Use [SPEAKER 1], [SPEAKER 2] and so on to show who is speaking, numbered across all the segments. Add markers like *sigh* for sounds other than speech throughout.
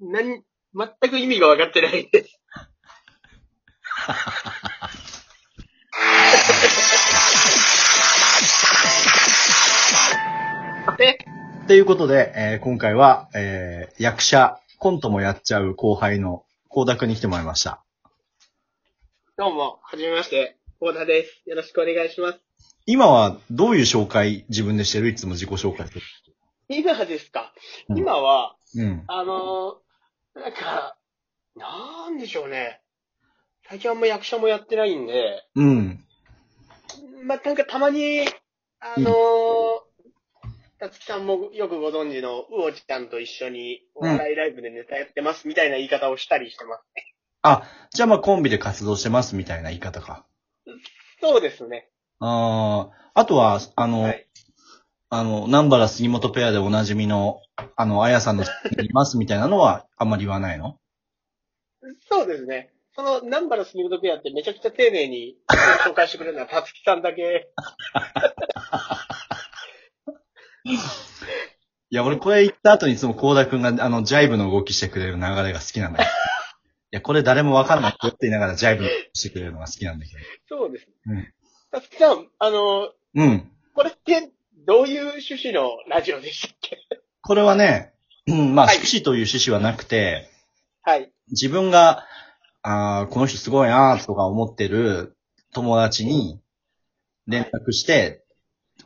[SPEAKER 1] 何、全く意味が分かってない
[SPEAKER 2] *laughs*
[SPEAKER 1] です。あれ
[SPEAKER 2] ということで、えー今回は、えー役者、コントもやっちゃう後輩の光田くんに来てもらいました。
[SPEAKER 1] どうも、はじめまして、コ田です。よろしくお願いします。
[SPEAKER 2] 今はどういう紹介自分でしてるいつも自己紹介する。
[SPEAKER 1] 今ですか、
[SPEAKER 2] うん
[SPEAKER 1] 今は、
[SPEAKER 2] うん。
[SPEAKER 1] あのーなんか、なんでしょうね。最近あんま役者もやってないんで、
[SPEAKER 2] うん。
[SPEAKER 1] まあ、なんかたまに、あのー、たつきさんもよくご存知の、うおちゃんと一緒にお笑いライブでネタやってますみたいな言い方をしたりしてます。
[SPEAKER 2] じゃあまあコンビで活動してますみたいな言い方か。
[SPEAKER 1] そうですね。
[SPEAKER 2] ああ、あとは、あの、
[SPEAKER 1] はい
[SPEAKER 2] あの、南原杉本ペアでおなじみの、あの、あやさんの、いますみたいなのはあんまり言わないの
[SPEAKER 1] そうですね。その、ナンバのスニードペアってめちゃくちゃ丁寧に紹介してくれるのは、たつきさんだけ。
[SPEAKER 2] いや、俺これ言った後にいつも光田くんが、あの、ジャイブの動きしてくれる流れが好きなん
[SPEAKER 1] *laughs*
[SPEAKER 2] だけど。いや、これ誰もわかんないよって言いながらジャイブの動きしてくれるのが好きなんだけど。
[SPEAKER 1] そうです
[SPEAKER 2] うん
[SPEAKER 1] ね。たつきさん、あの、
[SPEAKER 2] うん。
[SPEAKER 1] これって、どういう趣旨のラジオでしたっけ
[SPEAKER 2] これはね、うん、まあ、
[SPEAKER 1] はい
[SPEAKER 2] 趣旨という趣旨はなくて、
[SPEAKER 1] はい。
[SPEAKER 2] 自分が、ああ、この人すごいなーとか思ってる友達に連絡して、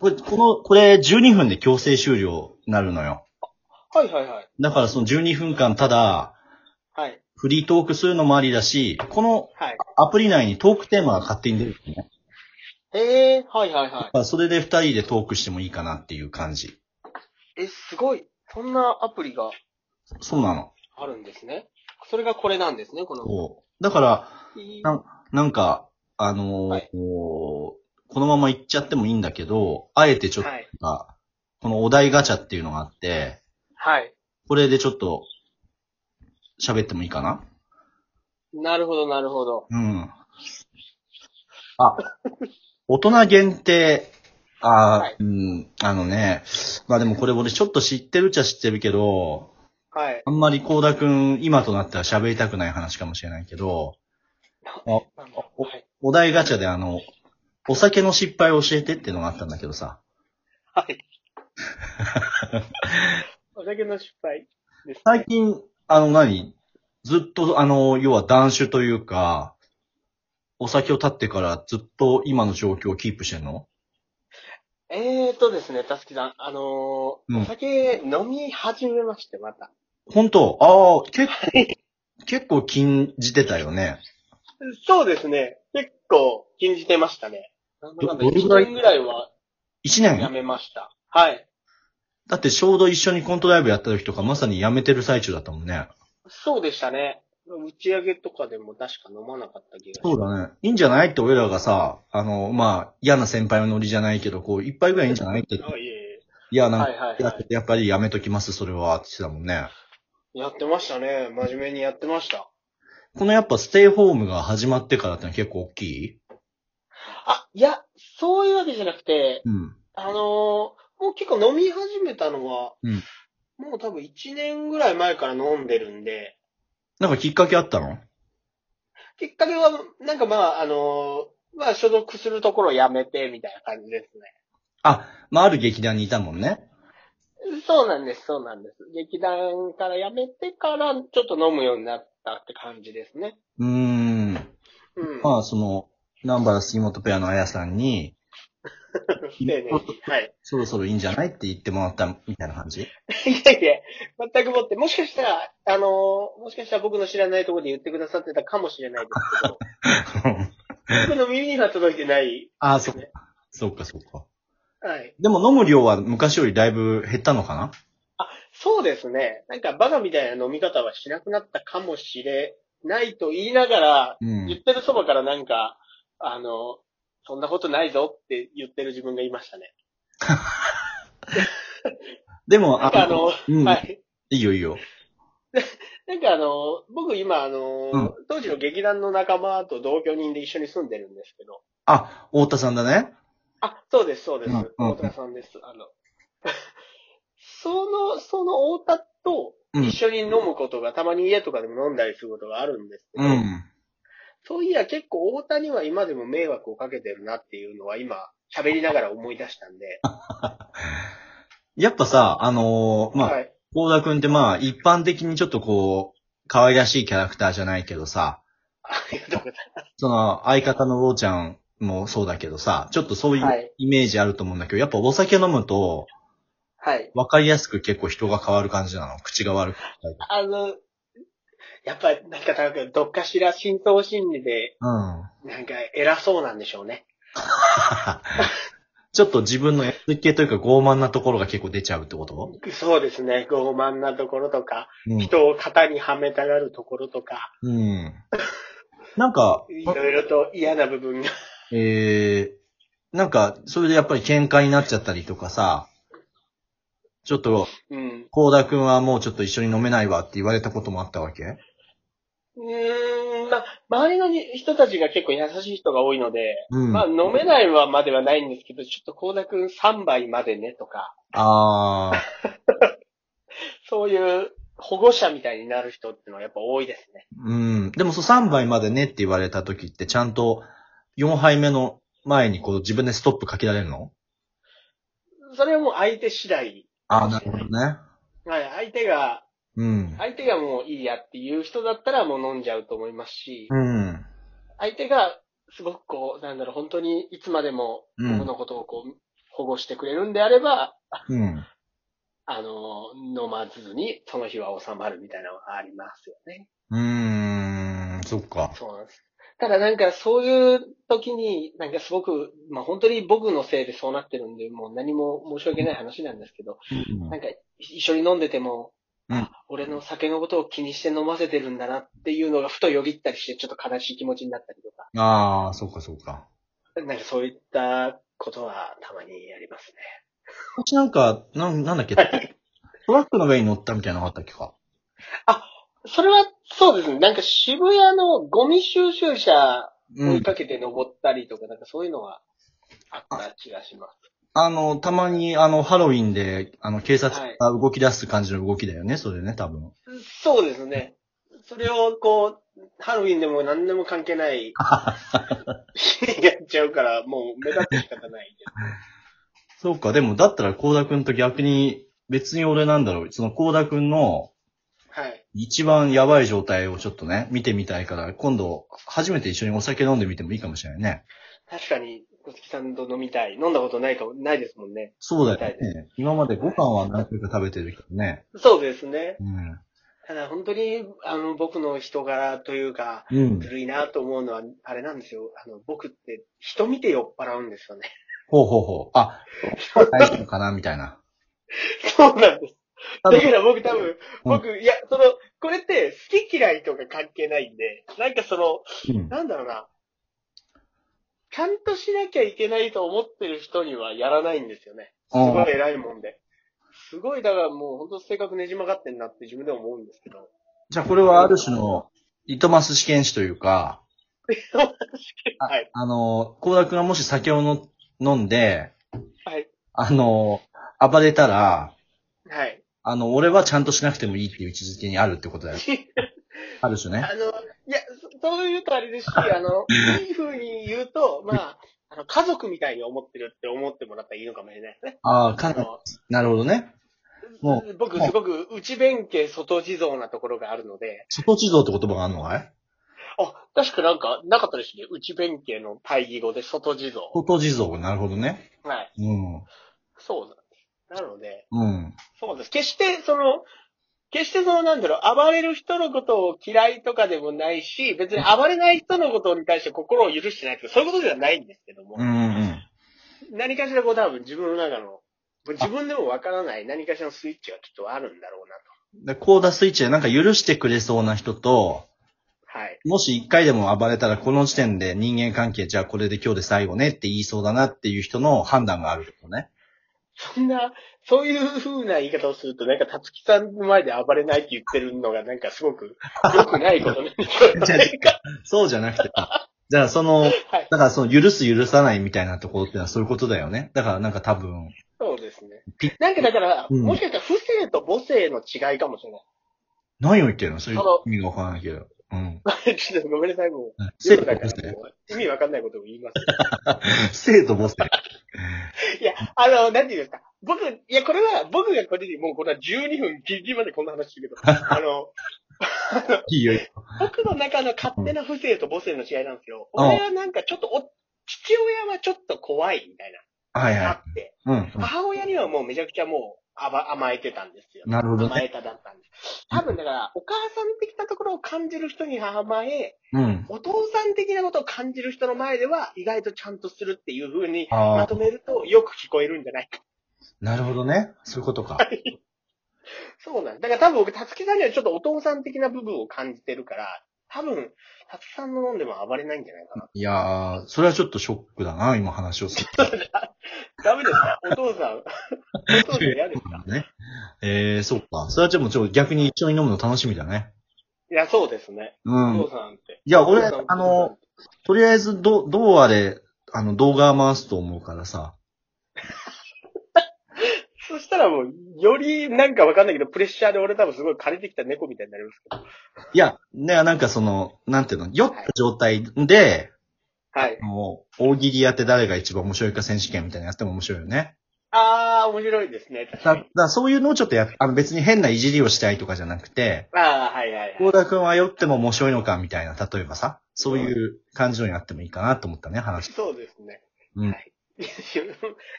[SPEAKER 2] これ、この、これ12分で強制終了になるのよ。
[SPEAKER 1] はいはいはい。
[SPEAKER 2] だからその12分間ただ、
[SPEAKER 1] はい。
[SPEAKER 2] フリートークするのもありだし、この
[SPEAKER 1] はい。
[SPEAKER 2] アプリ内にトークテーマが勝手に出るのね。
[SPEAKER 1] ええー、はいはいは
[SPEAKER 2] だからそれで二人でトークしてもいいかなっていう感じ。
[SPEAKER 1] い。え、すごい。そんなアプリが
[SPEAKER 2] そうなの。
[SPEAKER 1] あるんですね。それがこれなんですね、この。
[SPEAKER 2] こうだから、
[SPEAKER 1] いい
[SPEAKER 2] なんなんか、あのー
[SPEAKER 1] はい
[SPEAKER 2] こうこのまま行っちゃってもいいんだけど、あえてちょっと、
[SPEAKER 1] はい。
[SPEAKER 2] このお題ガチャっていうのがあって、
[SPEAKER 1] はい。
[SPEAKER 2] これでちょっと、喋ってもいいかな
[SPEAKER 1] なるほどなるほど。
[SPEAKER 2] うん。あ、大人限定、あー、
[SPEAKER 1] はい
[SPEAKER 2] うん、あのね、まあでもこれ俺ちょっと知ってるっちゃ知ってるけど、
[SPEAKER 1] はい。
[SPEAKER 2] あんまり高田くん、今となっては喋りたくない話かもしれないけど、
[SPEAKER 1] なんだ
[SPEAKER 2] お
[SPEAKER 1] はい。
[SPEAKER 2] お題ガチャであの、お酒の失敗を教えてっていうのがあったんだけどさ、 *laughs*
[SPEAKER 1] はい。お酒の失敗です、ね。
[SPEAKER 2] 最近、あの何、ずっと、あの、要は断酒というか、お酒を断ってからずっと今の状況をキープしてんの
[SPEAKER 1] えーとですね、たすきさん、あのー
[SPEAKER 2] うん
[SPEAKER 1] お酒飲み始めまして、また。
[SPEAKER 2] 本当ああ、結構、結構禁じてたよね。
[SPEAKER 1] そうですね、結構禁じてましたね。なんだかんだ
[SPEAKER 2] どどれぐらい
[SPEAKER 1] 1年ぐらいは
[SPEAKER 2] 1
[SPEAKER 1] や
[SPEAKER 2] 年
[SPEAKER 1] めました。はい。
[SPEAKER 2] だってちょうど一緒にコントライブやった時とかまさにやめてる最中だったもんね。
[SPEAKER 1] そうでしたね。打ち上げとかでも確か飲まなかった気がし
[SPEAKER 2] そうだね。いいんじゃないって俺らがさ、あの、まあ、嫌な先輩のノリじゃないけど、こう、一杯ぐらいいいんじゃないって言って。
[SPEAKER 1] あいえいえ。
[SPEAKER 2] いや、なん
[SPEAKER 1] は
[SPEAKER 2] か、
[SPEAKER 1] いはい
[SPEAKER 2] い
[SPEAKER 1] は
[SPEAKER 2] ややっぱりやめときます、それは、って言ってたもんね。
[SPEAKER 1] い。やってましたね。真面目にやってました。
[SPEAKER 2] このやっぱステイホームが始まってからってのは結構大きい
[SPEAKER 1] あ、いや、そういうわけじゃなくて、
[SPEAKER 2] うん。
[SPEAKER 1] あのーもう結構飲み始めたのは、
[SPEAKER 2] うん
[SPEAKER 1] もう多分1年ぐらい前から飲んでるんで、
[SPEAKER 2] なんかきっかけあったの
[SPEAKER 1] きっかけは、なんかまあ、あのーまあ、所属するところを辞めて、みたいな感じです
[SPEAKER 2] あ、まあ、ある劇団にいたもんね。
[SPEAKER 1] ね。そうなんです、そうなんです。劇団から辞めてから、ちょっと飲むようになったって感じですね。
[SPEAKER 2] うーん。
[SPEAKER 1] うん。
[SPEAKER 2] まあ、その、南原杉本ペアのあやさんに、
[SPEAKER 1] *laughs* 丁寧に。はい。
[SPEAKER 2] そろそろいいんじゃないって言ってもらったみたいな感じ
[SPEAKER 1] いやいや、全くもって、もしかしたら、あのーもしかしたら僕の知らないところで言ってくださってたかもしれないですけど、
[SPEAKER 2] *laughs*
[SPEAKER 1] 僕の耳には届いてない。
[SPEAKER 2] ああ、そっか。そっか、そっか。
[SPEAKER 1] はい。
[SPEAKER 2] でも飲む量は昔よりだいぶ減ったのかな
[SPEAKER 1] そうですね。なんかバカみたいな飲み方はしなくなったかもしれないと言いながら、
[SPEAKER 2] う
[SPEAKER 1] 言っ
[SPEAKER 2] ん。
[SPEAKER 1] てるそばからなんか、あの、そんなことないぞって言ってる自分がいましたね。
[SPEAKER 2] でも、
[SPEAKER 1] なんかあの、
[SPEAKER 2] うん、、
[SPEAKER 1] はいい。
[SPEAKER 2] いよいいよ。
[SPEAKER 1] なんかあの、僕今あの、
[SPEAKER 2] うん
[SPEAKER 1] 当時の劇団の仲間と同居人で一緒に住んでるんですけど、
[SPEAKER 2] あ、太田さんだね。
[SPEAKER 1] あ、そうです、そうです。 *laughs*
[SPEAKER 2] うんうん
[SPEAKER 1] 大田さんです。あの、その、その大田と、
[SPEAKER 2] うん
[SPEAKER 1] 一緒に飲むことが、たまに家とかでも飲んだりすることがあるんですけ
[SPEAKER 2] う
[SPEAKER 1] ど、
[SPEAKER 2] ん。
[SPEAKER 1] そういや結構大谷は今でも迷惑をかけてるなっていうのは今、喋りながら思い出したんで、
[SPEAKER 2] やっぱさ、あのーまあ、
[SPEAKER 1] はい。
[SPEAKER 2] 高田くんってまあ、一般的にちょっとこう、可愛らしいキャラクターじゃないけどさ、
[SPEAKER 1] ありがとうございます。
[SPEAKER 2] その、相方のローちゃんもそうだけどさ、ちょっとそうい
[SPEAKER 1] は
[SPEAKER 2] う
[SPEAKER 1] い
[SPEAKER 2] イメージあると思うんだけど、やっぱお酒飲むと、
[SPEAKER 1] はい。
[SPEAKER 2] わかりやすく結構人が変わる感じなの。口が悪くしたりとか。
[SPEAKER 1] あの、やっぱ、なんか多分、どっかしら浸透心理で、
[SPEAKER 2] うん。 *laughs*
[SPEAKER 1] なんか偉そうなんでしょうね。
[SPEAKER 2] ちょっと自分のやつ系というか傲慢なところが結構出ちゃうってこと
[SPEAKER 1] そうですね。傲慢なところとか、
[SPEAKER 2] うん。
[SPEAKER 1] 人を型にはめたがるところとか、
[SPEAKER 2] うん。なんか、
[SPEAKER 1] いろいろと嫌な部分が。 *laughs*
[SPEAKER 2] えー、なんか、それでやっぱり喧嘩になっちゃったりとかさ、ちょっと、
[SPEAKER 1] うん。
[SPEAKER 2] 高田くんはもうちょっと一緒に飲めないわって言われたこともあったわけ
[SPEAKER 1] うーん、まあ、周りの人たちが結構優しい人が多いので、
[SPEAKER 2] うん。
[SPEAKER 1] まあ、
[SPEAKER 2] あ
[SPEAKER 1] 飲めないはまではないんですけど、ちょっと高田くん3杯までねとか、
[SPEAKER 2] あー、
[SPEAKER 1] そういう保護者みたいになる人っていうのはやっぱ多いですね。
[SPEAKER 2] うん。でもそう3杯までねって言われた時ってちゃんと4杯目の前にこう自分でストップかけられるの
[SPEAKER 1] それはもう相手次第。
[SPEAKER 2] あー、なるほどね。
[SPEAKER 1] はい、相手が、
[SPEAKER 2] うん。
[SPEAKER 1] 相手がもういいやっていう人だったらもう飲んじゃうと思いますし、
[SPEAKER 2] うん。
[SPEAKER 1] 相手がすごくこう、なんだろう、本当にいつまでも
[SPEAKER 2] うん
[SPEAKER 1] 僕のことをこう、保護してくれるんであれば、
[SPEAKER 2] うん。
[SPEAKER 1] あの、飲まずに、その日は収まるみたいなのがありますよね。
[SPEAKER 2] うーん、そっか。
[SPEAKER 1] そうなんです。ただなんかそういう時に、なんかすごく、まあ本当に僕のせいでそうなってるんで、もう何も申し訳ない話なんですけど、
[SPEAKER 2] うん
[SPEAKER 1] なんか一緒に飲んでても、
[SPEAKER 2] うん
[SPEAKER 1] あ俺の酒のことを気にして飲ませてるんだなっていうのがふとよぎったりして、ちょっと悲しい気持ちになったりとか、
[SPEAKER 2] あー、そっかそっか。
[SPEAKER 1] なんかそういったことはたまにありますね。
[SPEAKER 2] 私なんか、なんなんだっけ、トラックの上に乗ったみたいなのがあったっけか。
[SPEAKER 1] それはそうですね。なんか渋谷のゴミ収集車
[SPEAKER 2] う
[SPEAKER 1] 追い
[SPEAKER 2] ん。
[SPEAKER 1] かけて登ったりとか、なんかそういうのはあった気がします。
[SPEAKER 2] あの、たまに、あの、ハロウィンで、あの、警察が動き出す感じの動きだよね、それね、多分。
[SPEAKER 1] そうですね。それをこう、ハロウィンでも何でも関係
[SPEAKER 2] *laughs*
[SPEAKER 1] ない、やっちゃうから、もう目立って仕方ないです。
[SPEAKER 2] そうか、でも、だったら、高田くんと逆に、別に俺なんだろう、その高田くんの、
[SPEAKER 1] はい。
[SPEAKER 2] 一番やばい状態をちょっとね、見てみたいから、今度、初めて一緒にお酒飲んでみてもいいかもしれないね。
[SPEAKER 1] 確かに、小月さんと飲みたい。飲んだことないかも、ないですもんね。
[SPEAKER 2] そうだよ
[SPEAKER 1] みたい
[SPEAKER 2] ね。今までご飯は何回か食べてるけどね。
[SPEAKER 1] そうですね。
[SPEAKER 2] うん。
[SPEAKER 1] ただ本当に、あの、僕の人柄というか、
[SPEAKER 2] うん
[SPEAKER 1] ず。るいなと思うのは、あれなんですよ。あの、僕って人見て酔っ払うんですよね。
[SPEAKER 2] ほうほうほう。あ、大丈夫かな、みたいな。
[SPEAKER 1] *laughs* そうなんです。
[SPEAKER 2] 多
[SPEAKER 1] だ
[SPEAKER 2] 分
[SPEAKER 1] から僕多分、僕、いや、その、これって好き嫌いとか関係ないんで、なんかその、
[SPEAKER 2] うん。
[SPEAKER 1] なんだろうな。ちゃんとしなきゃいけないと思ってる人にはやらないんですよね。すごい偉いもんで。すごい、だからもう本当性格ねじ曲がってんなって自分でも思うんですけど。
[SPEAKER 2] じゃあこれはある種の、リトマス試験紙というか、
[SPEAKER 1] はい。
[SPEAKER 2] あの、高田くんがもし酒をの飲んで、
[SPEAKER 1] はい。
[SPEAKER 2] あの、暴れたら、
[SPEAKER 1] はい。
[SPEAKER 2] あの、俺はちゃんとしなくてもいいっていう位置づけにあるってことだよ。
[SPEAKER 1] *laughs*
[SPEAKER 2] ある種ね。
[SPEAKER 1] あの、いや、そそういうとあれですし、あの、いい風に言うと、まあ、あの、家族みたいに思ってるって思ってもらったらいいのかもしれないですね。
[SPEAKER 2] ああ、か
[SPEAKER 1] あ
[SPEAKER 2] なり、
[SPEAKER 1] の
[SPEAKER 2] なるほどね。も
[SPEAKER 1] 僕すごく内弁慶外地蔵なところがあるので、
[SPEAKER 2] 外地蔵って言葉があるのかい
[SPEAKER 1] あ、確かなんかなかったですね。内弁慶の対義語で外地蔵。
[SPEAKER 2] 外地蔵、なるほどね。
[SPEAKER 1] はい。
[SPEAKER 2] うん。
[SPEAKER 1] そうなんです。なので、
[SPEAKER 2] うん。
[SPEAKER 1] そうです。決して、その、決してその、なんだろう、暴れる人のことを嫌いとかでもないし、別に暴れない人のことに対して心を許してないとか、そういうことではないんですけども、
[SPEAKER 2] うんうん。
[SPEAKER 1] 何かしらこう多分自分の中の、自分でもわからない何かしらのスイッチがきっとあるんだろうな
[SPEAKER 2] で高田スイッチでなんか許してくれそうな人と、
[SPEAKER 1] と。はい。
[SPEAKER 2] もし一回でも暴れたらこの時点で人間関係、じゃあこれで今日で最後ねって言いそうだなっていう人の判断があるってことね。
[SPEAKER 1] そんな、そういう風な言い方をすると、なんか、たつきさんの前で暴れないって言ってるのが、なんかすご
[SPEAKER 2] *laughs*
[SPEAKER 1] く、良くないことね。
[SPEAKER 2] じゃあそうじゃなくて。じゃあ、その、
[SPEAKER 1] はい。
[SPEAKER 2] だからその、許す許さないみたいなところってのはそういうことだよね。だからなんか多分、
[SPEAKER 1] そうですね。なんかだから、
[SPEAKER 2] うん
[SPEAKER 1] もしかしたら、不正と母性の違いかもしれない。
[SPEAKER 2] 何を言ってるのそういう
[SPEAKER 1] あの
[SPEAKER 2] 意味がわからないけど。うん。
[SPEAKER 1] ちょっとごめんなさい、 *laughs* もう。
[SPEAKER 2] 生
[SPEAKER 1] 夜
[SPEAKER 2] 徒
[SPEAKER 1] だ
[SPEAKER 2] 母
[SPEAKER 1] から
[SPEAKER 2] 性。
[SPEAKER 1] もう意味わかんないことを言います。
[SPEAKER 2] 生徒母性。
[SPEAKER 1] いや、あの、なんていうんですか。僕、いや、これは、僕がこれで、もうこれは12分ギリギリまでこんな話してるけど、
[SPEAKER 2] *laughs*
[SPEAKER 1] あの、
[SPEAKER 2] いいよ。
[SPEAKER 1] 僕の中の勝手な不正と母性の違いなんですよ。
[SPEAKER 2] うん
[SPEAKER 1] 俺はなんかちょっとお、父親はちょっと怖いみたい
[SPEAKER 2] はい
[SPEAKER 1] な、あ
[SPEAKER 2] は
[SPEAKER 1] って、
[SPEAKER 2] い。うんうん。
[SPEAKER 1] 母親にはもうめちゃくちゃもう甘甘えてたんですよ。
[SPEAKER 2] なるほど
[SPEAKER 1] 甘
[SPEAKER 2] ね。
[SPEAKER 1] えただったんです。多分だから、お母さん的なところを感じる人に甘え、
[SPEAKER 2] うん。
[SPEAKER 1] お父さん的なことを感じる人の前では意外とちゃんとするっていう風に
[SPEAKER 2] あ
[SPEAKER 1] ま
[SPEAKER 2] あ
[SPEAKER 1] と、めるとよく聞こえるんじゃないか。
[SPEAKER 2] なるほどね。そういうことか。
[SPEAKER 1] そうなんですだから多分僕、たつきさんにはちょっとお父さん的な部分を感じてるから、多分、たつきさんの飲んでも暴れないんじゃないかな。
[SPEAKER 2] いやー、それはちょっとショックだな、今話をする
[SPEAKER 1] ダメですかお父さ
[SPEAKER 2] *laughs*
[SPEAKER 1] ん。お父さん嫌ですか
[SPEAKER 2] と。ね。えー、そっか。それはちょっとちょっと逆に一緒に飲むの楽しみだね。
[SPEAKER 1] いや、そうですね。
[SPEAKER 2] う
[SPEAKER 1] お
[SPEAKER 2] ん
[SPEAKER 1] 父。さんって。
[SPEAKER 2] いや、
[SPEAKER 1] お
[SPEAKER 2] 俺、
[SPEAKER 1] 父さん
[SPEAKER 2] あの、、とりあえず、ど、どうあれ、あの、動画回すと思うからさ。
[SPEAKER 1] そしたらもう、よりなんかわかんないけど、プレッシャーで俺多分すごい借りてきた猫みたいになりますけど。
[SPEAKER 2] いや、ね、なんかその、なんていうの、酔った状態で、
[SPEAKER 1] はい。
[SPEAKER 2] もう、大喜利やって誰が一番面白いか選手権みたいなのやっても面白いよね。
[SPEAKER 1] あー、面白いですね。確
[SPEAKER 2] だ、
[SPEAKER 1] か
[SPEAKER 2] だ
[SPEAKER 1] に。
[SPEAKER 2] からそういうのをちょっとやっ、あの別に変ないじりをしたいとかじゃなくて、
[SPEAKER 1] あー、はいはい
[SPEAKER 2] 高
[SPEAKER 1] はい。
[SPEAKER 2] 田くんは酔っても面白いのかみたいな、例えばさ、そういう感じのやってもいいかなと思ったね、話。
[SPEAKER 1] そうですね。
[SPEAKER 2] うん
[SPEAKER 1] はい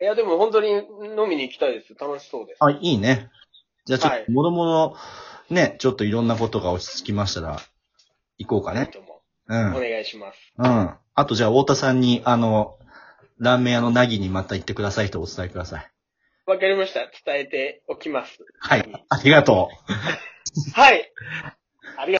[SPEAKER 1] いや、でも本当に飲みに行きたいです。楽しそうです。
[SPEAKER 2] あ、いいね。じゃあちょっ
[SPEAKER 1] はい
[SPEAKER 2] と、もろもろ、ね、ちょっといろんなことが落ち着きましたら、行こうかね。
[SPEAKER 1] どうも
[SPEAKER 2] う
[SPEAKER 1] お
[SPEAKER 2] ん。
[SPEAKER 1] 願いします。
[SPEAKER 2] うん。あとじゃあ、太田さんに、あの、ラーメン屋のなぎにまた行ってくださいとお伝えください。
[SPEAKER 1] わかりました。伝えておきます。
[SPEAKER 2] はい。ありがとう。
[SPEAKER 1] はい。